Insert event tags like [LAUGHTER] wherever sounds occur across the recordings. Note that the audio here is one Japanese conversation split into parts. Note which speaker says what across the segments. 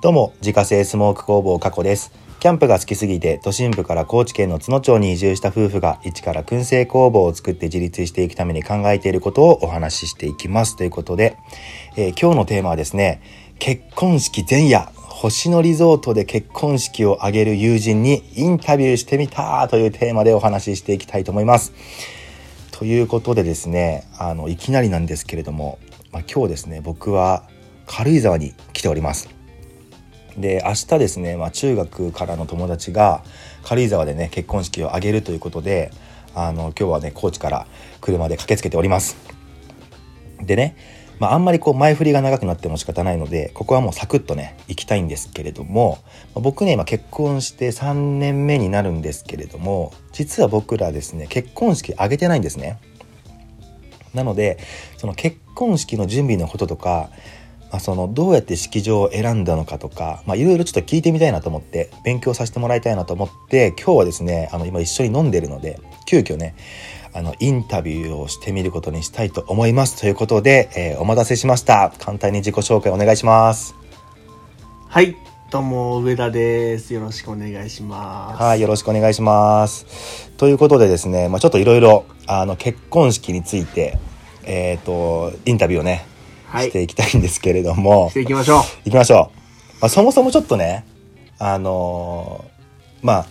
Speaker 1: どうも、自家製スモーク工房加古です。キャンプが好きすぎて、都心部から高知県の津野町に移住した夫婦が、一から燻製工房を作って自立していくために考えていることをお話ししていきます。ということで、えー今日のテーマはですね、結婚式前夜、星野リゾートで結婚式を挙げる友人にインタビューしてみたというテーマでお話ししていきたいと思います。ということでですねあのいきなりなんですけれども、まあ、今日ですね僕は軽井沢に来ておりますで明日ですね、まあ、中学からの友達が軽井沢でね結婚式を挙げるということであの今日はね高知から車で駆けつけておりますでね、まあ、あんまりこう前振りが長くなっても仕方ないのでここはもうサクッとね行きたいんですけれどもまあ僕ね今結婚して3年目になるんですけれども実は僕らですね結婚式挙げてないんですね。なのでその結婚式の準備のこととか、まあ、そのどうやって式場を選んだのかとかまあいろいろちょっと聞いてみたいなと思って勉強させてもらいたいなと思って今日はですねあの今一緒に飲んでるので急遽ねあのインタビューをしてみることにしたいと思いますということで、えーお待たせしました簡単に自己紹介お願いします
Speaker 2: はい、どうも上田です。よろしくお願いします。
Speaker 1: はい、よろしくお願いします。ということでですね、まあ、ちょっといろいろあの結婚式について、えっ、とインタビューをね、
Speaker 2: は
Speaker 1: し
Speaker 2: い、してて
Speaker 1: いきたいんですけれども、
Speaker 2: いきましょう。
Speaker 1: いきましょう。まあ、そもそもちょっとね、あのーまあ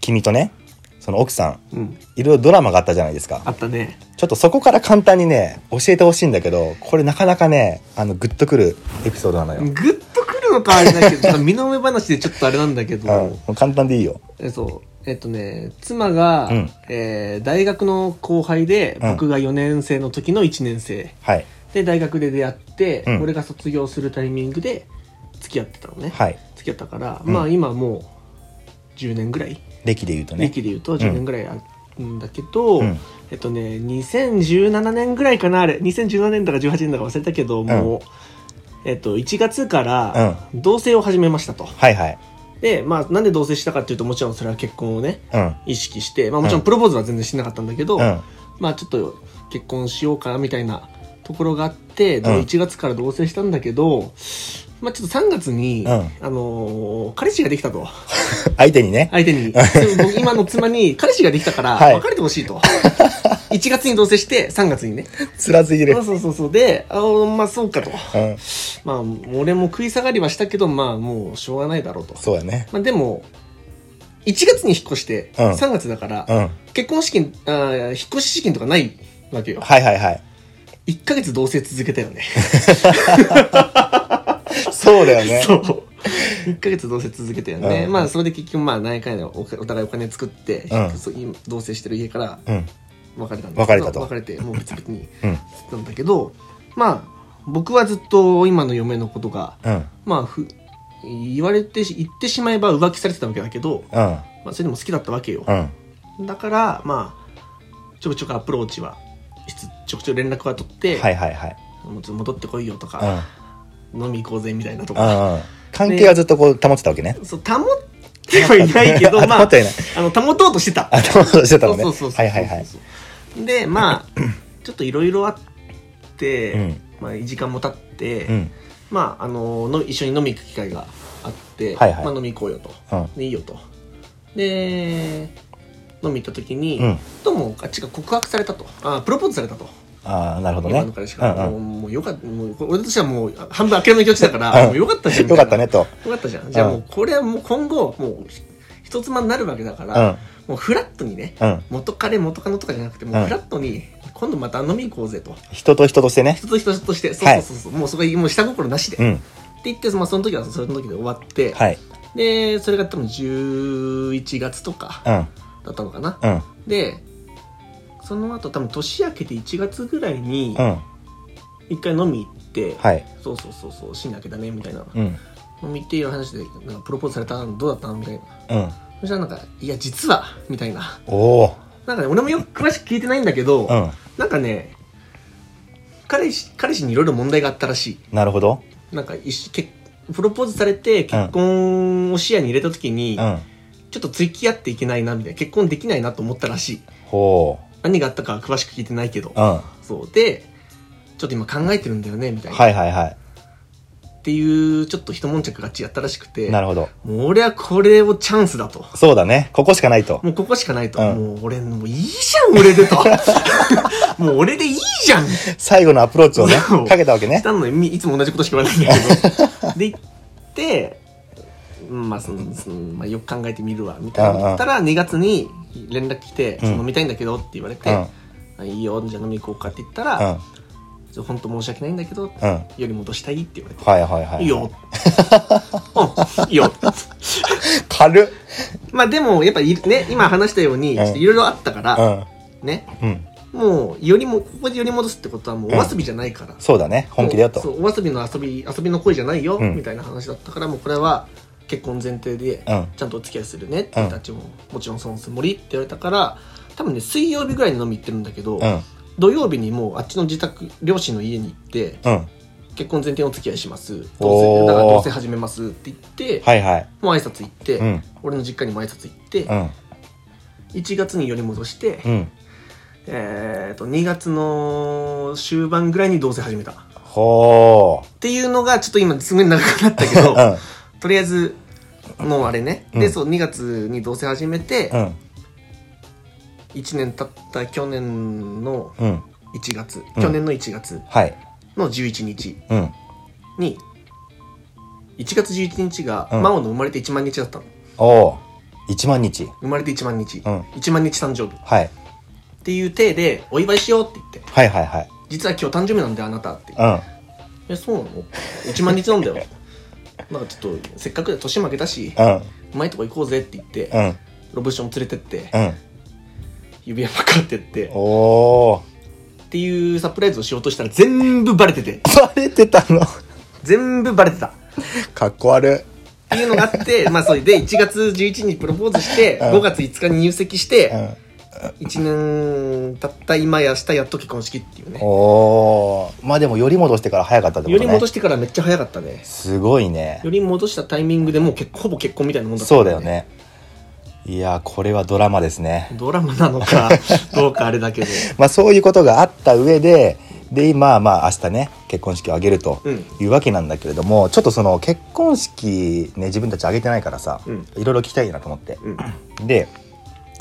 Speaker 1: 君とね、その奥さん、
Speaker 2: うん、
Speaker 1: いろいろドラマがあったじゃないです
Speaker 2: あ
Speaker 1: か。
Speaker 2: ったね。
Speaker 1: ちょっとそこから簡単にね、教えてほしいんだけど、これなかなかね、あのグッとくるエピソードなの
Speaker 2: グ
Speaker 1: よ。
Speaker 2: ッとくるのかあれ
Speaker 1: [LAUGHS]
Speaker 2: だけど、ちょっと身の上話でちょっとあれなんだけ
Speaker 1: うん、
Speaker 2: ど
Speaker 1: も、う簡単でいいよ。
Speaker 2: えそう、えっとね、妻が、
Speaker 1: うん
Speaker 2: えー大学の後輩で、
Speaker 1: うん
Speaker 2: 僕が4年生の時の1年生
Speaker 1: はい、
Speaker 2: で大学で出会って、
Speaker 1: うん
Speaker 2: 俺が卒業するタイミングで付き合ってたのね。
Speaker 1: はい、
Speaker 2: 付き合ったから、
Speaker 1: うん
Speaker 2: まあ今もう10年ぐらい。
Speaker 1: 歴で言うとね。
Speaker 2: 歴で言うと10年ぐらいあるんだけど、
Speaker 1: うん
Speaker 2: えっとね2017年ぐらいかなあれ2017年だか18年だか忘れたけどもう、えっと、1月から同棲を始めましたと、
Speaker 1: はいはい。
Speaker 2: でまあなんで同棲したかっていうともちろんそれは結婚をね
Speaker 1: うん。
Speaker 2: 意識して、まあ、もちろんプロポーズは全然してなかったんだけど、
Speaker 1: うん。
Speaker 2: まあちょっと結婚しようかみたいなところがあって、
Speaker 1: うん
Speaker 2: 1月から同棲したんだけどまあちょっと3月に、
Speaker 1: うん
Speaker 2: あのー彼氏ができたと。
Speaker 1: 相手に
Speaker 2: [LAUGHS]
Speaker 1: ね。
Speaker 2: 相手に、僕今の妻に彼氏ができたから、
Speaker 1: はい
Speaker 2: 別れてほしいと。1月に同棲して、3月にね。
Speaker 1: つらすぎる。
Speaker 2: そうそうそう。で、あまあそうかと。
Speaker 1: うん。
Speaker 2: まあ、俺も食い下がりはしたけど、まあもうしょうがないだろうと。
Speaker 1: そうやね。
Speaker 2: まあでも、1月に引っ越して、
Speaker 1: うん
Speaker 2: 3月だから、
Speaker 1: うん。
Speaker 2: 結婚資金、あー引っ越し資金とかないわけよ。
Speaker 1: はいはいはい。
Speaker 2: 1ヶ月同棲続けたよね。
Speaker 1: そうだよね。
Speaker 2: [LAUGHS] そう。1ヶ月同棲続けたよね。
Speaker 1: うん
Speaker 2: まあそれで結局、まあ何回でおお互いお金作って、
Speaker 1: うん
Speaker 2: そう今同棲してる家から、
Speaker 1: うん。
Speaker 2: 別れたん
Speaker 1: 別れたと
Speaker 2: 別れてもう別々に
Speaker 1: うん。
Speaker 2: したんだけどまあ僕はずっと今の嫁のことが
Speaker 1: うん。
Speaker 2: まあふ言われてし言ってしまえば浮気されてたわけだけど、
Speaker 1: うん。
Speaker 2: まあ、それでも好きだったわけよ
Speaker 1: う、ん。
Speaker 2: だからまあちょくちょくアプローチはしつちょくちょく連絡は取って、
Speaker 1: はいはいはい。
Speaker 2: もうちょっと戻ってこいよと
Speaker 1: うん。
Speaker 2: か、飲み行こうぜみたいなと
Speaker 1: う
Speaker 2: か、
Speaker 1: んうん。関係はずっとこう保ってたわけね。
Speaker 2: そう保ってはいないけ
Speaker 1: [LAUGHS]
Speaker 2: ど
Speaker 1: あ
Speaker 2: ま
Speaker 1: 保
Speaker 2: あ [LAUGHS]
Speaker 1: ってはいない。
Speaker 2: あの保とうとしてた
Speaker 1: あ、保とうとしてたのね。
Speaker 2: そうそうそうそう
Speaker 1: はいはいはい。[CLEARS THROAT]
Speaker 2: でまあちょっといろいろあって、
Speaker 1: うん
Speaker 2: まあ、時間も経って、
Speaker 1: うん。
Speaker 2: まああのの一緒に飲み行く機会があって、
Speaker 1: はいはい
Speaker 2: まあ、飲み行こうよと
Speaker 1: うん。
Speaker 2: でいいよとで飲み行った時に、
Speaker 1: うん
Speaker 2: どうもあっちが告白されたとあプロポーズされたと
Speaker 1: ああ、なるほどね。
Speaker 2: 今の
Speaker 1: う
Speaker 2: 彼氏から、
Speaker 1: んう
Speaker 2: も
Speaker 1: ん。
Speaker 2: うもうよかったもう俺としてはもう半分諦めの気持ちだから、
Speaker 1: うん
Speaker 2: もうよかったじゃん
Speaker 1: よかったね
Speaker 2: みい
Speaker 1: と。
Speaker 2: なよかったじゃんじゃあ
Speaker 1: うん
Speaker 2: もうこれはもう今後もうひ人妻になるわけだか
Speaker 1: う
Speaker 2: ら、
Speaker 1: ん。
Speaker 2: もうフラットにね
Speaker 1: うん。
Speaker 2: 元彼元カノとかじゃなくても
Speaker 1: う
Speaker 2: うんフラットに、今度また飲み行こうぜと
Speaker 1: 人と人としてね。
Speaker 2: 人と人としてそ
Speaker 1: は
Speaker 2: う
Speaker 1: い
Speaker 2: そうそうそう、もうそこはもう下心なしで、
Speaker 1: う
Speaker 2: って
Speaker 1: ん。
Speaker 2: 言って、まあ、その時はその時で終わって、
Speaker 1: はい。
Speaker 2: でそれが多分11月とか
Speaker 1: うん。
Speaker 2: だったのかな、
Speaker 1: うん。
Speaker 2: でその後多分年明けて1月ぐらいに
Speaker 1: うん。
Speaker 2: 一回飲み行って、
Speaker 1: はい。
Speaker 2: そうそうそうそう新明けだねみたいな、
Speaker 1: うん。
Speaker 2: 飲み行っていう話でなんかプロポーズされたのどうだったのみたいな
Speaker 1: うん。
Speaker 2: そしたらなんかいや実はみたいな
Speaker 1: おお。
Speaker 2: なんかね俺もよく詳しく聞いてないんだけど、
Speaker 1: うん。
Speaker 2: なんかね彼氏彼氏にいろいろ問題があったらし
Speaker 1: なるほど。
Speaker 2: いなんか一緒結プロポーズされて結婚を視野に入れた時に、
Speaker 1: うん。
Speaker 2: ちょっと付き合っていけないなみたいな結婚できないなと思ったらしい
Speaker 1: ほ
Speaker 2: 何があったかは詳しく聞いてないけど
Speaker 1: う。うん。は
Speaker 2: そうでちょっと今考えてるんだよねみたい
Speaker 1: い
Speaker 2: な、
Speaker 1: はいはい。
Speaker 2: っていうちょっと一悶着がちやったらしくて
Speaker 1: なるほど。
Speaker 2: もう俺はこれをチャンスだと
Speaker 1: そうだね。ここしかないと。
Speaker 2: もうここしかないと、
Speaker 1: うん
Speaker 2: もう俺もういいじゃん俺でと [LAUGHS] もう俺でいいじゃん
Speaker 1: 最後のアプローチをね
Speaker 2: [LAUGHS] そう、
Speaker 1: かけたわけね
Speaker 2: し。たのにみいつも同じことしか言わないんだ
Speaker 1: [LAUGHS]
Speaker 2: けどで行ってうんまあそのその、まあ、よく考えてみるわみたいなこと言ったら2月に連絡来て「
Speaker 1: うん
Speaker 2: 飲みたいんだけど」って言われて「あいいよじゃあ飲み行こうか」って言った
Speaker 1: うん。う
Speaker 2: ら
Speaker 1: ん。
Speaker 2: 「ちょ本当申し訳ないんだけ
Speaker 1: う
Speaker 2: ど
Speaker 1: ん。はい
Speaker 2: より戻したい」って言われて
Speaker 1: はいは
Speaker 2: 「い
Speaker 1: い。
Speaker 2: いよ」うんい
Speaker 1: [LAUGHS]
Speaker 2: いよ」
Speaker 1: 軽っ。
Speaker 2: まあでもやっぱいね今話したようにい
Speaker 1: うん
Speaker 2: ろいろあったか
Speaker 1: う
Speaker 2: ら
Speaker 1: ん。
Speaker 2: ね
Speaker 1: うん。
Speaker 2: もうよりもここでより戻すってことはもうお遊びじゃないから
Speaker 1: そうだね。本気だよと。
Speaker 2: そううお遊びの遊び遊びの恋じゃないよ、
Speaker 1: うん
Speaker 2: みたいな話だったからもうこれは結婚前提で
Speaker 1: ん。
Speaker 2: ちゃんとお付き合いするねってたちも、もちろんそのつもりって言われたから多分ね水曜日ぐらいに飲み行ってるんだけど、
Speaker 1: うん。
Speaker 2: 土曜日にもうあっちの自宅両親の家に行って
Speaker 1: うん。
Speaker 2: 結婚前提のお付き合いします
Speaker 1: お
Speaker 2: どう
Speaker 1: ー
Speaker 2: せだからどうせ始めますって言って、
Speaker 1: はいはい。
Speaker 2: もう挨拶行って、
Speaker 1: うん。
Speaker 2: 俺の実家にも挨拶行って、
Speaker 1: うん。
Speaker 2: 1月により戻して、
Speaker 1: うん。
Speaker 2: えー、と2月の終盤ぐらいにどうせ始めたっ
Speaker 1: ほ
Speaker 2: ていうのがちょっと今すごい長くなったけ
Speaker 1: ー。
Speaker 2: ど、
Speaker 1: うん。
Speaker 2: とりあえずもうあれね、
Speaker 1: うん
Speaker 2: でそう2月に同棲始めて、
Speaker 1: うん。
Speaker 2: 1年経った去年の
Speaker 1: うん。
Speaker 2: 1月、
Speaker 1: うん
Speaker 2: 去年の1月
Speaker 1: はい。
Speaker 2: の11日
Speaker 1: うん。
Speaker 2: に1月11日が、
Speaker 1: うん
Speaker 2: マオの生まれて1万日だったの
Speaker 1: おー。1万日。
Speaker 2: 生まれて1万日、
Speaker 1: うん
Speaker 2: 1万日誕生日っ
Speaker 1: はい。
Speaker 2: ていう体でお祝いしようって言って
Speaker 1: はいはいはい。
Speaker 2: 実は今日誕生日なんだよあなたって
Speaker 1: う
Speaker 2: えそうなの ?1 万日なんだよ [LAUGHS] なんかちょっとせっかくで年負けたし
Speaker 1: ん。うん。
Speaker 2: うまいとこ行こうぜって言って、
Speaker 1: うん。
Speaker 2: ロブション連れてって
Speaker 1: うん。
Speaker 2: 指輪パカってって
Speaker 1: おー。
Speaker 2: っていうサプライズをしようとしたら全部バレてて
Speaker 1: バレてたの。
Speaker 2: 全部バレてたっ
Speaker 1: [LAUGHS] かっこ悪
Speaker 2: ていうのがあっ
Speaker 1: [LAUGHS]
Speaker 2: てまあそれで1月11日にプロポーズして
Speaker 1: うん
Speaker 2: 5月5日に入籍し
Speaker 1: い。う
Speaker 2: て
Speaker 1: ん。
Speaker 2: 1年経った今や明日やっと結婚式っていうね
Speaker 1: おー。まあでも、より戻してから早かったってこ
Speaker 2: よ
Speaker 1: と
Speaker 2: り
Speaker 1: ね。
Speaker 2: 戻してからめっちゃ早かったね
Speaker 1: すごいね
Speaker 2: よ。り戻したタイミングでもう結ほぼ結婚みたいなもんだった
Speaker 1: そ
Speaker 2: も
Speaker 1: うんだよね。いやー、これはドラマですね。
Speaker 2: ドラマなの
Speaker 1: [LAUGHS]
Speaker 2: かどうかあれだけど
Speaker 1: まあそういうことがあった上で、で、今、まあ明日ね、結婚式を挙げると
Speaker 2: うん
Speaker 1: いうわけなんだけれども、ちょっとその結婚式ね、自分たち挙げてないからさ、
Speaker 2: うん
Speaker 1: いろいろ聞きたいなと思って。
Speaker 2: うん
Speaker 1: で、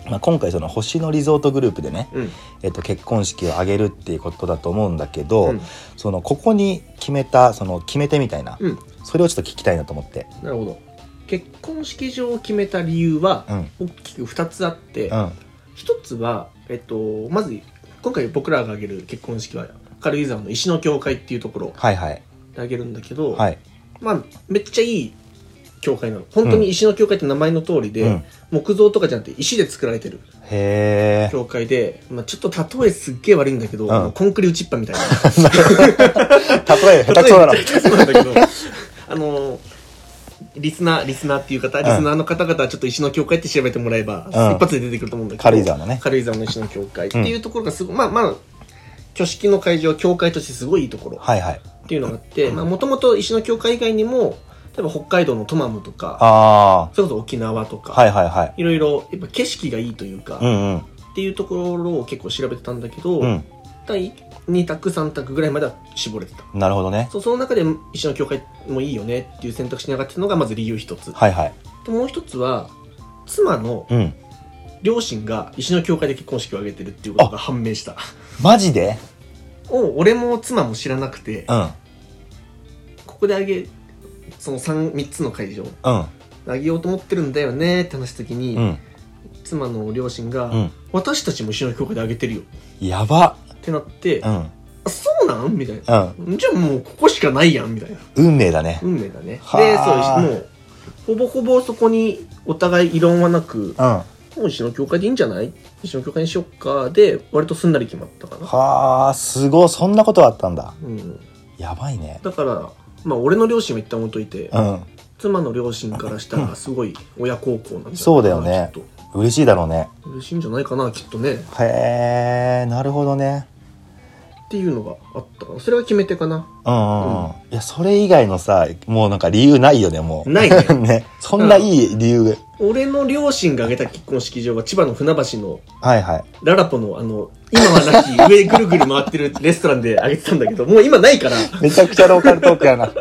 Speaker 1: まあ、今回その星野リゾートグループでね、
Speaker 2: うん
Speaker 1: えっと、結婚式を挙げるっていうことだと思うんだけど、
Speaker 2: うん
Speaker 1: そのここに決めたその決め手みたいな、
Speaker 2: うん
Speaker 1: それをちょっと聞きたいなと思って
Speaker 2: なるほど結婚式場を決めた理由は
Speaker 1: うん
Speaker 2: 大きく2つあって、
Speaker 1: うん
Speaker 2: 一つは、えっと、まず今回僕らが挙げる結婚式は軽井沢の石の教会っていうところで
Speaker 1: はいはい
Speaker 2: 挙げるんだけど、
Speaker 1: はい
Speaker 2: まあめっちゃいい教会なの本当に石の教会って名前の通りで、
Speaker 1: うん
Speaker 2: 木造とかじゃなくて石で作られてる
Speaker 1: へえ
Speaker 2: 教会で、まあ、ちょっと例えすっげえ悪いんだけど、
Speaker 1: ん
Speaker 2: もうコンクリ打ちっぱみたいな
Speaker 1: 例え下手くそだな
Speaker 2: 例えめっちゃ下手くそなんだけどあのリスナーリスナーっていう方リスナーの方々はちょっと石の教会って調べてもらえば、一発で出てくると思うんだけど
Speaker 1: 軽井沢のね
Speaker 2: 軽井沢の石の教会っていうところがすごい、まあまあ挙式の会場教会としてすごいいいところ
Speaker 1: はいはい
Speaker 2: っていうのがあってもともと石の教会以外にも例えば北海道のトマムとか
Speaker 1: あ
Speaker 2: それこそ沖縄と
Speaker 1: あ
Speaker 2: か、、
Speaker 1: はいいはいはい
Speaker 2: ろいろやっぱ景色がいいというか、
Speaker 1: う
Speaker 2: っ
Speaker 1: んうん
Speaker 2: ていうところを結構調べてたんだけど、
Speaker 1: うん
Speaker 2: 第2択3択ぐらいまでは絞れてた
Speaker 1: なるほどね
Speaker 2: そうその中で石の教会もいいよねっていう選択肢に上がってたのがまず理由一つ、
Speaker 1: はいはい
Speaker 2: でもう一つは妻の
Speaker 1: うん
Speaker 2: 両親が石の教会で結婚式を挙げてるっていうことが判明した
Speaker 1: マジで
Speaker 2: を俺も妻も知らなくて、
Speaker 1: うん
Speaker 2: ここであげその 3, 三つの会場
Speaker 1: うん
Speaker 2: あげようと思ってるんだよねって話した時に、
Speaker 1: うん
Speaker 2: 妻の両親が、
Speaker 1: うん
Speaker 2: 私たちも一緒の教会であげてるよ
Speaker 1: やば
Speaker 2: ってなって、
Speaker 1: う
Speaker 2: あ
Speaker 1: ん
Speaker 2: そうなんみたいな、
Speaker 1: うん
Speaker 2: じゃあもうここしかないやんみたいな
Speaker 1: 運命だね
Speaker 2: 運命だねで
Speaker 1: はあ
Speaker 2: そうもうほぼほぼそこにお互い異論はなく
Speaker 1: うんは
Speaker 2: もう一緒の教会でいいんじゃない一緒の教会にしよっかで割とすんなり決まったかな、
Speaker 1: あすごいそんなことあったんだ
Speaker 2: うん、
Speaker 1: やばいね
Speaker 2: だからまあ俺の両親は一旦置いといて、
Speaker 1: うん
Speaker 2: 妻の両親からしたらすごい親孝行なんじゃないかな
Speaker 1: そうだよね
Speaker 2: きっ
Speaker 1: 嬉しいだろうね
Speaker 2: と嬉しいんじゃないかなきっとねっ
Speaker 1: へえなるほどね
Speaker 2: ていうのがあったからそれが決め手かな
Speaker 1: うんうんうん [LAUGHS] いやそれ以外のさもうなんか理由ないよねもう
Speaker 2: ないね
Speaker 1: ねそんないい理由
Speaker 2: 俺の両親が挙げた結婚式場は千葉の船橋の
Speaker 1: はいはい。
Speaker 2: ララポのあの、今はなき上ぐるぐる回ってるレストランで挙げてたんだけど、もう今ないから、
Speaker 1: めちゃくちゃローカルトークやな。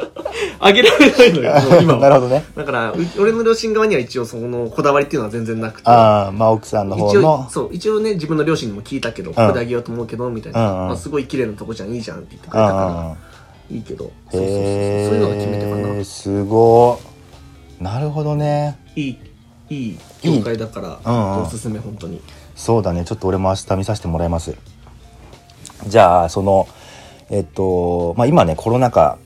Speaker 2: 挙げられないのよ、もう今
Speaker 1: [LAUGHS] なる
Speaker 2: は。
Speaker 1: ほどね。
Speaker 2: だから、う俺の両親側には一応そのこだわりっていうのは全然なくて。
Speaker 1: ああ、まあ奥さんの方
Speaker 2: 一応
Speaker 1: の。
Speaker 2: そう一応ね自分の両親にも聞いたけどこれであげようと思うけどみたいな、
Speaker 1: うんうん
Speaker 2: まあ、すごい綺麗なとこじゃんいいじゃんって言ってく
Speaker 1: う
Speaker 2: れ
Speaker 1: ん
Speaker 2: た
Speaker 1: うんう
Speaker 2: か
Speaker 1: ん。
Speaker 2: らいいけどそうそうそうそうそういうのが決め手か
Speaker 1: へ
Speaker 2: な
Speaker 1: え、すごい。なるほどね。
Speaker 2: いいいい業界だから
Speaker 1: うんうん
Speaker 2: おすすめ本当に
Speaker 1: そうだね。ちょっと俺も明日見させてもらいます。じゃあ、その、えっと、まあ今ね、コロナ禍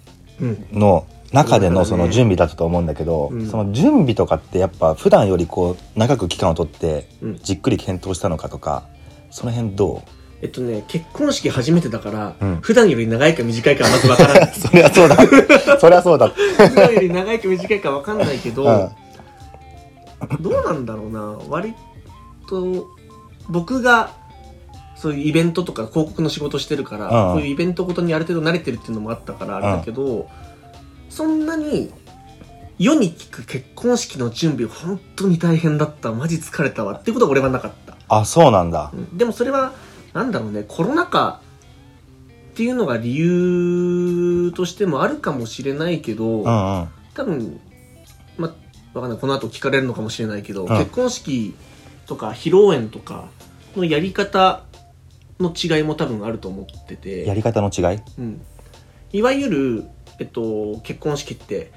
Speaker 2: うん
Speaker 1: の中での
Speaker 2: そ
Speaker 1: そう
Speaker 2: だね
Speaker 1: の準備だったと思うんだけど、
Speaker 2: うん
Speaker 1: その準備とかってやっぱ普段よりこう長く期間を取って
Speaker 2: うん
Speaker 1: じっくり検討したのかとかその辺ど
Speaker 2: [LAUGHS] えっとね結婚式初めてだから、
Speaker 1: うん
Speaker 2: 普段より長いか短いかはまずわからな
Speaker 1: う
Speaker 2: い
Speaker 1: そりゃそうだ [LAUGHS] そりゃそうだ
Speaker 2: [LAUGHS] 普段より長いか短いかわかんないけど、
Speaker 1: うん
Speaker 2: どうなんだろうな割と僕がそういうイベントとか広告の仕事してるから、
Speaker 1: うんうん
Speaker 2: こういうイベントごとにある程度慣れてるっていうのもあったからあれだけど、そんなに世に聞く結婚式の準備本当に大変だったマジ疲れたわってことは俺はなかった、
Speaker 1: あそうなんだ
Speaker 2: うんでもそれはなんだろうねコロナ禍っていうのが理由としてもあるかもしれないけど、
Speaker 1: うんうん
Speaker 2: 多分まあわかんないこの後聞かれるのかもしれないけど、
Speaker 1: ん
Speaker 2: 結婚式とか披露宴とかのやり方の違いも多分あると思って
Speaker 1: や
Speaker 2: て、
Speaker 1: り方の違い
Speaker 2: うん、いわゆる、えっと、結婚式って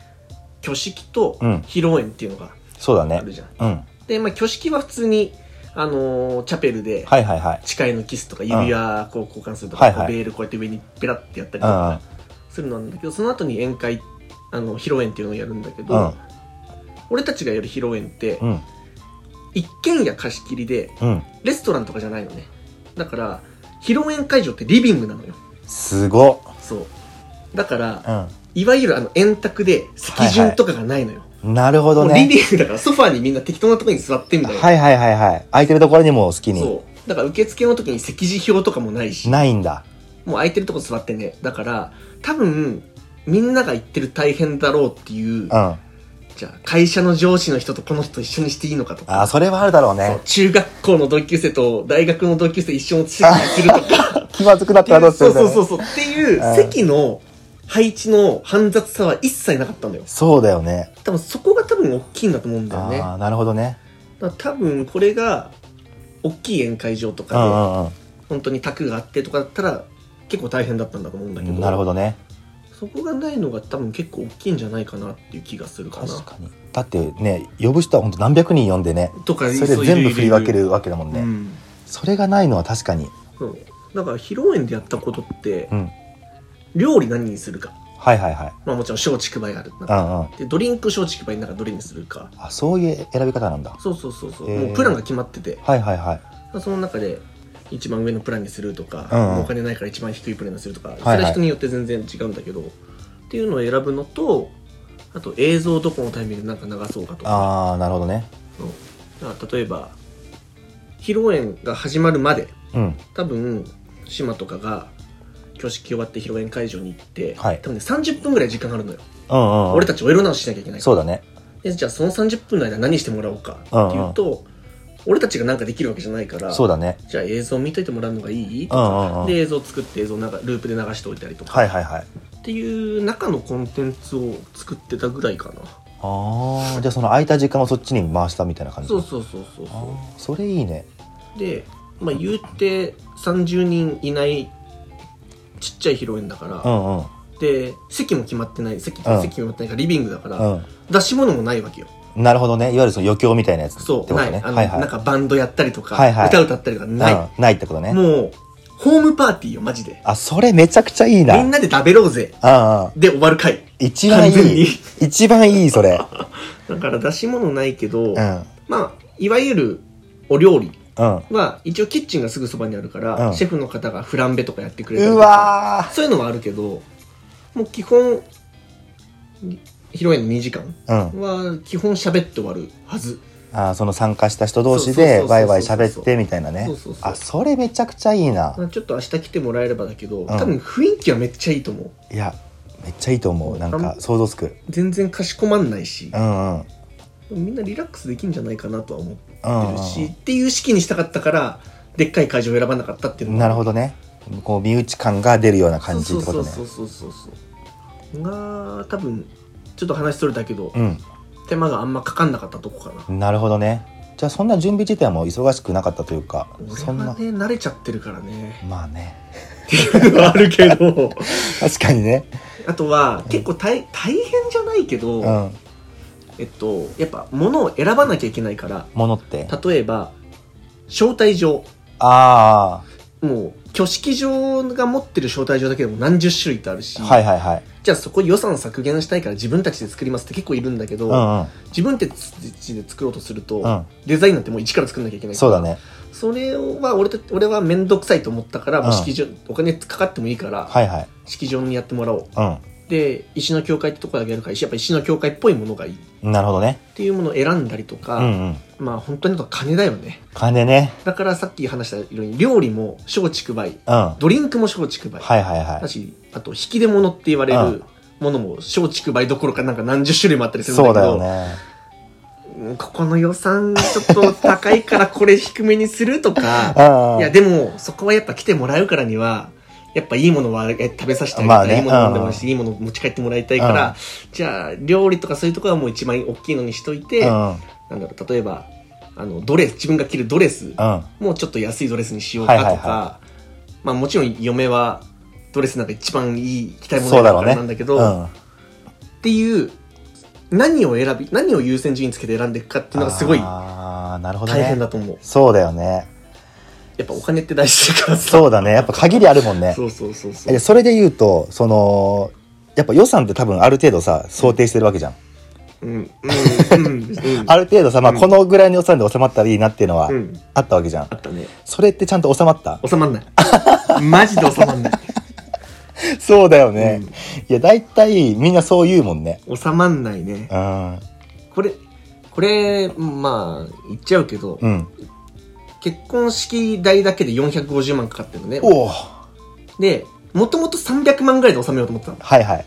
Speaker 2: 挙式と
Speaker 1: うん
Speaker 2: 披露宴っていうのが
Speaker 1: そうだ
Speaker 2: あ
Speaker 1: ね
Speaker 2: るじゃん、
Speaker 1: うん
Speaker 2: で、まあ、挙式は普通に、あのーチャペルで
Speaker 1: はいはいはい
Speaker 2: 誓いのキスとか指輪こう交換するとか、
Speaker 1: はいはい
Speaker 2: こうベールこうやって上にペラってやったり
Speaker 1: う
Speaker 2: と
Speaker 1: ん
Speaker 2: かするのなんだけど、その後に宴会あの披露宴っていうのをやるんだけど、
Speaker 1: うん
Speaker 2: 俺たちがやる披露宴って、
Speaker 1: うん
Speaker 2: 一軒家貸し切りで
Speaker 1: うん
Speaker 2: レストランとかじゃないのねだから披露宴会場ってリビングなのよ
Speaker 1: すご
Speaker 2: そうだから
Speaker 1: っ
Speaker 2: いわゆるあの円卓で席順とかがないのよ、
Speaker 1: うんなるほど
Speaker 2: もう
Speaker 1: ね
Speaker 2: リビングだからソファーにみんな適当なところに座ってみたいな、
Speaker 1: はいはいはいはい空いてるところにも好きに
Speaker 2: そうだから受付の時に席次表とかもないし
Speaker 1: ないんだ
Speaker 2: もう空いてるとこ座ってねだから多分みんなが言ってる大変だろうっていう
Speaker 1: うん
Speaker 2: じゃあ会社の上司の人とこの人一緒にしていいのかとか
Speaker 1: あそれはあるだろう
Speaker 2: そ
Speaker 1: ね
Speaker 2: う中学校の同級生と大学の同級生一緒の席にすると
Speaker 1: [LAUGHS]
Speaker 2: か
Speaker 1: 気まずくなったらどうす
Speaker 2: そ
Speaker 1: る
Speaker 2: うん
Speaker 1: だ
Speaker 2: そ
Speaker 1: ろ
Speaker 2: う
Speaker 1: うね
Speaker 2: そうそうっていう
Speaker 1: うん
Speaker 2: 席の配置の煩雑さは一切なかったんだよ
Speaker 1: そうだよね
Speaker 2: 多分そこが多分大きいんだと思うんだよねだ
Speaker 1: あ
Speaker 2: か
Speaker 1: あなるほどね
Speaker 2: ら多分これが大きい宴会場と
Speaker 1: うんう
Speaker 2: かで
Speaker 1: んうん
Speaker 2: 本当に卓があってとかだったら結構大変だったんだと思うんだけど
Speaker 1: なるほどね
Speaker 2: そこがないのが多分結構大きいんじゃないかなっていう気がするかな
Speaker 1: 確かにだってね呼ぶ人は本当何百人呼んでね
Speaker 2: とか
Speaker 1: それ
Speaker 2: そ
Speaker 1: で
Speaker 2: ういる
Speaker 1: 全部
Speaker 2: い
Speaker 1: 振
Speaker 2: い
Speaker 1: り
Speaker 2: い
Speaker 1: 分けるわけだもん
Speaker 2: う
Speaker 1: ね
Speaker 2: ん
Speaker 1: それがないのは確かに
Speaker 2: そうだから披露宴でやったことって
Speaker 1: うん
Speaker 2: 料理何にするか
Speaker 1: はいはいはい
Speaker 2: まあもちろん松竹梅があるなん
Speaker 1: う
Speaker 2: か
Speaker 1: んうん
Speaker 2: でドリンク松竹梅の中どれにするか
Speaker 1: あそういう選び方なんだ
Speaker 2: そうそうそうそう、
Speaker 1: へー
Speaker 2: もうプランが決まってて
Speaker 1: はいはいはい
Speaker 2: その中で一番上のプランにするとか、
Speaker 1: うん
Speaker 2: もうお金ないから一番低いプランにするとか、
Speaker 1: い
Speaker 2: それは人によって全然違うんだけど、っていうのを選ぶのとあと映像をどこのタイミングでなんか流そうかとか
Speaker 1: ああなるほどね
Speaker 2: うんだから例えば披露宴が始まるまで
Speaker 1: うん
Speaker 2: 多分島とかが挙式終わって披露宴会場に行って、
Speaker 1: はい
Speaker 2: 多分ね30分ぐらい時間があるのよ、
Speaker 1: うんうんうん
Speaker 2: 俺たちお色直ししなきゃいけないから
Speaker 1: そうだね
Speaker 2: でじゃあその30分の間何してもらおうかっていうと、俺たちが何かできるわけじゃないから
Speaker 1: そうだね
Speaker 2: じゃあ映像見といてもらうのがいいと
Speaker 1: うん
Speaker 2: か、
Speaker 1: うんうん
Speaker 2: で映像作って映像なんかループで流しておいたりとか、
Speaker 1: はいはいはい
Speaker 2: っていう中のコンテンツを作ってたぐらいかな、
Speaker 1: ああじゃあその空いた時間をそっちに回したみたいな感じ
Speaker 2: そうそうそうそう
Speaker 1: あ
Speaker 2: そ
Speaker 1: ーそれいいね
Speaker 2: うで、まあ、言うて30人いないちっちゃい披露宴だから、
Speaker 1: うんうん
Speaker 2: で席も決まってない
Speaker 1: う
Speaker 2: 席,、
Speaker 1: ん
Speaker 2: 席決まってないからリビングだから、
Speaker 1: うん
Speaker 2: 出し物もないわけよ
Speaker 1: なるほどねいわゆるその余興みたいなやつって
Speaker 2: そ
Speaker 1: こ
Speaker 2: う、
Speaker 1: と
Speaker 2: ない、
Speaker 1: ね
Speaker 2: あの、
Speaker 1: はいはい
Speaker 2: なんかバンドやったりとか、
Speaker 1: はいはい
Speaker 2: 歌歌ったりとかない、
Speaker 1: うんないってことね
Speaker 2: もうホームパーティーよマジで
Speaker 1: あそれめちゃくちゃいいな
Speaker 2: みんなで食べろうぜ
Speaker 1: うんうん
Speaker 2: で終わる回
Speaker 1: 一番い
Speaker 2: 完全に
Speaker 1: い一番いいそ
Speaker 2: [LAUGHS]
Speaker 1: れ
Speaker 2: だから出し物ないけ
Speaker 1: う
Speaker 2: ど、
Speaker 1: ん
Speaker 2: まあいわゆるお料理
Speaker 1: うん
Speaker 2: は一応キッチンがすぐそばにあるから、
Speaker 1: うん
Speaker 2: シェフの方がフランベとかやってくれたり
Speaker 1: う
Speaker 2: とか
Speaker 1: わ
Speaker 2: そういうのはあるけどもう基本披露宴の2時間
Speaker 1: ーうん
Speaker 2: は基本喋って終わるはず
Speaker 1: あーその参加した人同士
Speaker 2: そうそうそう
Speaker 1: で
Speaker 2: そう
Speaker 1: ワイワイ喋ってみたいなね
Speaker 2: そうそうそう
Speaker 1: あそれめちゃくちゃいいな
Speaker 2: まあちょっと明日来てもらえればだけど、
Speaker 1: ん
Speaker 2: 多分雰囲気はめっちゃいいと思う
Speaker 1: いやめっちゃいいと思うなん
Speaker 2: あ
Speaker 1: か
Speaker 2: の
Speaker 1: 想像つく
Speaker 2: 全然かしこまんないし、
Speaker 1: うんうん
Speaker 2: でもみんなリラックスできんじゃないかなとは
Speaker 1: う
Speaker 2: 思っ
Speaker 1: ん
Speaker 2: てるし、っていう式にしたかったからでっかい会場を選ばなかったっていうの
Speaker 1: なる
Speaker 2: ほ
Speaker 1: ほどねこう身内感が出るような感じってことね
Speaker 2: そうそうそうそうそうが多分ちょっと話それたけど、
Speaker 1: う
Speaker 2: 手間があんまかかんなかったとこかなん
Speaker 1: なるほどねじゃあそんな準備自体も忙しくなかったというか
Speaker 2: 俺
Speaker 1: そん
Speaker 2: は
Speaker 1: な
Speaker 2: ね慣れちゃってるからね
Speaker 1: まあね
Speaker 2: っていうのはあるけ
Speaker 1: [LAUGHS]
Speaker 2: ど
Speaker 1: 確かにね
Speaker 2: あとは結構大大変じゃないけど、
Speaker 1: うん
Speaker 2: えっとやっぱ物を選ばなきゃいけないから
Speaker 1: ものって
Speaker 2: 例えば招待状
Speaker 1: あ
Speaker 2: もう挙式場が持ってる招待状だけでも何十種類ってあるし、
Speaker 1: あはいはいはい
Speaker 2: じゃあそこ予算削減したいから自分たちで作りますって結構いるんだけど、
Speaker 1: うんうん
Speaker 2: 自分たちで作ろうとすると、
Speaker 1: うん
Speaker 2: デザインなんてもう一から作んなきゃいけないか
Speaker 1: そ
Speaker 2: ら
Speaker 1: うだね
Speaker 2: それは俺と俺は面倒くさいと思ったから、もう
Speaker 1: うん
Speaker 2: 式場お金かかってもいいから、
Speaker 1: はいはい
Speaker 2: 式場にやってもらおう
Speaker 1: う
Speaker 2: で石の教会ってとこだけやるから石やっぱ石の教会っぽいものがいいっ
Speaker 1: んなるほどね
Speaker 2: ていうものを選んだりと
Speaker 1: う
Speaker 2: か、
Speaker 1: んうん
Speaker 2: まあ本当にあとは金だよね
Speaker 1: 金ね
Speaker 2: だからさっき話したように料理も松竹梅
Speaker 1: うんは
Speaker 2: ドリンクも松竹梅
Speaker 1: いはいは
Speaker 2: だし、あと、引き出物って言われ
Speaker 1: う
Speaker 2: る
Speaker 1: ん
Speaker 2: ものも、松竹梅どころかなんか何十種類もあったり
Speaker 1: い
Speaker 2: するんだ
Speaker 1: そ
Speaker 2: け
Speaker 1: うだ
Speaker 2: ど、
Speaker 1: よね
Speaker 2: うんここの予算ちょっと高いからこれ低めにするとか、
Speaker 1: うんうん
Speaker 2: いや、でも、そこはやっぱ来てもらうからには、やっぱいいものはえ食べさせてあげたい、
Speaker 1: まあね
Speaker 2: いいもの飲んでもらうし、いいもの持ち帰ってもらいたいから、
Speaker 1: うん
Speaker 2: じゃあ、料理とかそういうところはもう一番大きいのにしといて、
Speaker 1: うんうん
Speaker 2: なんだろう、例えば、あの、ドレス、自分が着るドレス、もうちょっと安いドレスにしようかとか、
Speaker 1: はいはいは
Speaker 2: まあもちろん嫁はドレスなんか一番いい着たいも
Speaker 1: そ
Speaker 2: の
Speaker 1: うだ
Speaker 2: だ
Speaker 1: ろう
Speaker 2: から
Speaker 1: ね
Speaker 2: なんだけ
Speaker 1: う
Speaker 2: ど、っ
Speaker 1: ん
Speaker 2: ていう何を選び何を優先順位につけて選んでいくかっていうのがすごい
Speaker 1: ああなるほど
Speaker 2: 大変
Speaker 1: ね
Speaker 2: だと思う、
Speaker 1: そうだよね
Speaker 2: やっぱお金って大事だからさ
Speaker 1: そうだねやっぱ限りあるもんね
Speaker 2: そうそうそうそ
Speaker 1: え
Speaker 2: う
Speaker 1: それで言うとそのやっぱ予算って多分ある程度さ想定してるわけじゃん、
Speaker 2: うんうんうんうん
Speaker 1: ある程度さ、まあ、
Speaker 2: うん
Speaker 1: このぐらいの予算で収まったらいいなっていうのは
Speaker 2: うん
Speaker 1: あったわけじゃん、
Speaker 2: あったね
Speaker 1: それってちゃんと収まった
Speaker 2: 収まんない [LAUGHS] マジで収まんない、
Speaker 1: そうだよね、いや大体みんなそう言うもんね
Speaker 2: うん収まんないね
Speaker 1: うん
Speaker 2: これこれまあ言っちゃうけど、
Speaker 1: うん
Speaker 2: 結婚式代だけで450万かかってるのね
Speaker 1: おおは
Speaker 2: で、もともと300万ぐらいで収めようと思ってたの。
Speaker 1: いはい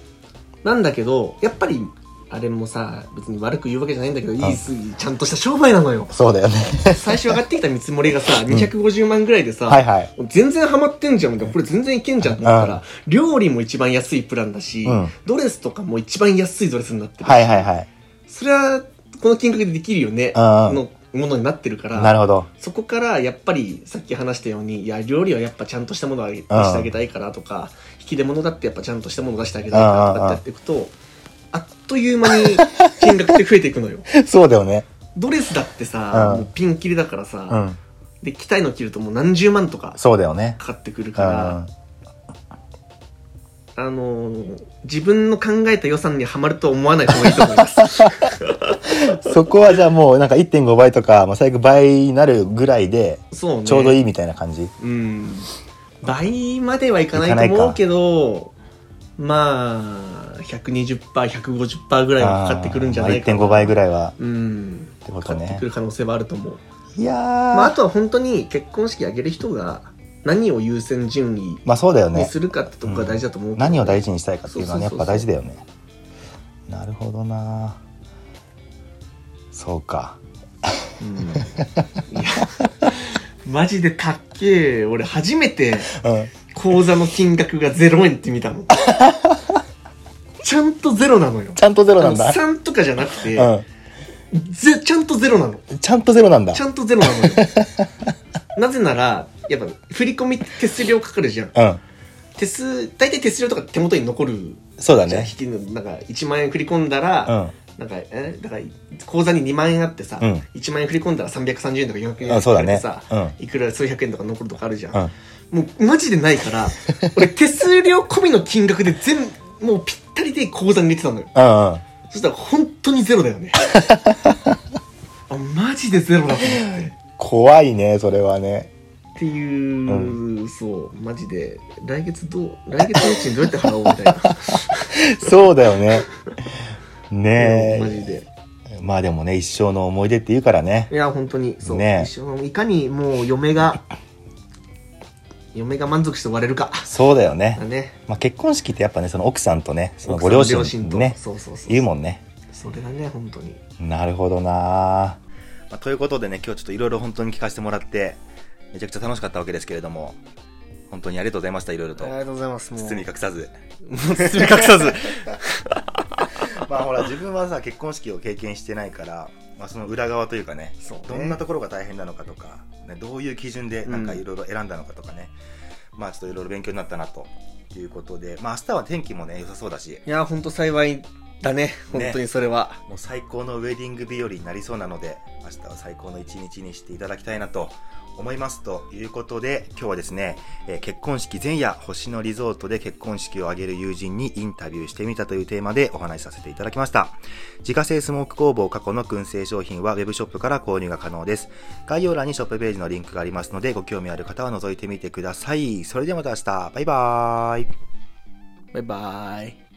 Speaker 2: なんだけど、やっぱり、あれもさ、別に悪く言うわけじゃないんだけど、
Speaker 1: ん。
Speaker 2: いいすぎ、ちゃんとした商売なのよ
Speaker 1: [LAUGHS] そう
Speaker 2: [LAUGHS]
Speaker 1: だよね
Speaker 2: 最初上がってきた見積もりがさ、250万ぐらいでさ、
Speaker 1: はいはい
Speaker 2: 全然ハマってんじゃん、これ全然いけんじゃんと思ったら、料理も一番安いプランだし、
Speaker 1: うん
Speaker 2: ドレスとかも一番安いドレスになってる。
Speaker 1: はいはいはい
Speaker 2: それは、この金額でできるよね、
Speaker 1: うんうん
Speaker 2: のものになってるから、
Speaker 1: なるほど
Speaker 2: そこからやっぱりさっき話したようにいや料理はやっぱちゃんとしたものを出してあげたいからとか引き出物だってやっぱちゃんとしたものを出してあげたいからとかってやっていくとあっという間に金額って増えていく
Speaker 1: [LAUGHS]
Speaker 2: のよ
Speaker 1: そうだよね
Speaker 2: ドレスだって
Speaker 1: う
Speaker 2: さ、
Speaker 1: ん
Speaker 2: もうピンキリだからさ、
Speaker 1: うん
Speaker 2: で着たいの着るともう何十万とか
Speaker 1: そうだよね
Speaker 2: かかってくる
Speaker 1: う
Speaker 2: か
Speaker 1: ん
Speaker 2: ら、あのー自分の考えた予算にはまると思わない方がいいと思います
Speaker 1: [LAUGHS] そこはじゃあもうなんか1.5倍とか、まあ、最悪倍になるぐらいで
Speaker 2: そうね
Speaker 1: ちょうどいいみたいな感じ、
Speaker 2: うん、倍まではいかない
Speaker 1: かない
Speaker 2: い
Speaker 1: か
Speaker 2: と思うけど、まあ、120%、150%ぐらいはかかってくるんじゃないか
Speaker 1: あー
Speaker 2: な。
Speaker 1: まあ1.5倍ぐらいは
Speaker 2: うん。
Speaker 1: ってこ
Speaker 2: かか
Speaker 1: と
Speaker 2: って
Speaker 1: ね
Speaker 2: くる可能性はあると思う。
Speaker 1: いやー
Speaker 2: まあ、あ
Speaker 1: ま
Speaker 2: とは本当に結婚式挙げる人が何を優先順位
Speaker 1: あそうだよ
Speaker 2: に
Speaker 1: ね
Speaker 2: するかってとこが大事だと思う、
Speaker 1: 何を大
Speaker 2: 事
Speaker 1: 事にしたいかっていうのはねやっ
Speaker 2: そう
Speaker 1: ぱ
Speaker 2: そうそうそう
Speaker 1: 大事だよねなるほどなそうか
Speaker 2: うん、いや、マジでたっけえ。俺初めて
Speaker 1: う
Speaker 2: 口座の金額が0円って見
Speaker 1: [LAUGHS]
Speaker 2: たの。ちゃんとゼロなのよ。
Speaker 1: ちゃんとゼロなんだ
Speaker 2: 3とかじゃなくて、
Speaker 1: う
Speaker 2: ぜちゃんとゼロなの
Speaker 1: んちゃんとゼロなんだ
Speaker 2: ちゃんとゼロなのよなぜならやっぱ振り込みって手数料かかるじゃん
Speaker 1: うん
Speaker 2: 手数大体手数料とか手元に残る
Speaker 1: そうだ
Speaker 2: じゃん、
Speaker 1: ね
Speaker 2: 引きのなんか1万円振り込んだ
Speaker 1: う
Speaker 2: ら、
Speaker 1: ん
Speaker 2: なんかえだから口座に2万円あってさ、
Speaker 1: うん
Speaker 2: 1万円振り込んだら330円とか400円
Speaker 1: あそうだね
Speaker 2: とかさ、
Speaker 1: う
Speaker 2: いくら数百円とか残るとかあるじゃん、
Speaker 1: うん
Speaker 2: もうマジでないから俺手数料込みの金額で全もうぴったりで口座に入れてたのよ
Speaker 1: うんうん
Speaker 2: そしたら本当にゼロだ [LAUGHS] よねあマジでゼロだと思って
Speaker 1: 怖いねそれはね
Speaker 2: っていう、そうマジで来月どう来月のうちにどうやって払おうみ [LAUGHS] たいな
Speaker 1: そうだよねね
Speaker 2: マ
Speaker 1: え
Speaker 2: ジで
Speaker 1: まあでもね一生の思い出って言うからね
Speaker 2: いや本当にそう、
Speaker 1: ね
Speaker 2: 一生いかにもう嫁が嫁が満足して終われるか
Speaker 1: そうだよね
Speaker 2: だね
Speaker 1: まあ、結婚式ってやっぱねその奥さんとねその
Speaker 2: 奥
Speaker 1: ご
Speaker 2: さんの
Speaker 1: 両親
Speaker 2: と
Speaker 1: ね
Speaker 2: そうそうそう
Speaker 1: 言うもんね
Speaker 2: それだね本当に
Speaker 1: なるほどな、まあということでね今日ちょっといろいろ本当に聞かせてもらってめちゃくちゃ楽しかったわけですけれども本当にありがとうございましたいろいろ
Speaker 2: あ
Speaker 1: と
Speaker 2: りがとうございますもう
Speaker 1: 包み隠さず
Speaker 2: もう包み隠さず
Speaker 1: [LAUGHS] まあほら自分はさ結婚式を経験してないから、まあ、その裏側というかね
Speaker 2: [LAUGHS] そうね
Speaker 1: どんなところが大変なのかとか、ね、どういう基準でなんかいろいろ選んだのかとかね、まあちょっといろいろ勉強になったなということでまあ明日は天気もね良さそうだし
Speaker 2: いや本当幸いだね本当にそれは、
Speaker 1: もう最高のウェディング日和になりそうなので明日は最高の一日にしていただきたいなと思いますということで今日はですね、えー結婚式前夜星野リゾートで結婚式を挙げる友人にインタビューしてみたというテーマでお話しさせていただきました自家製スモーク工房過去の燻製商品はウェブショップから購入が可能です概要欄にショップページのリンクがありますのでご興味ある方は覗いてみてくださいそれではまた明日バイバーイ
Speaker 2: バイバイ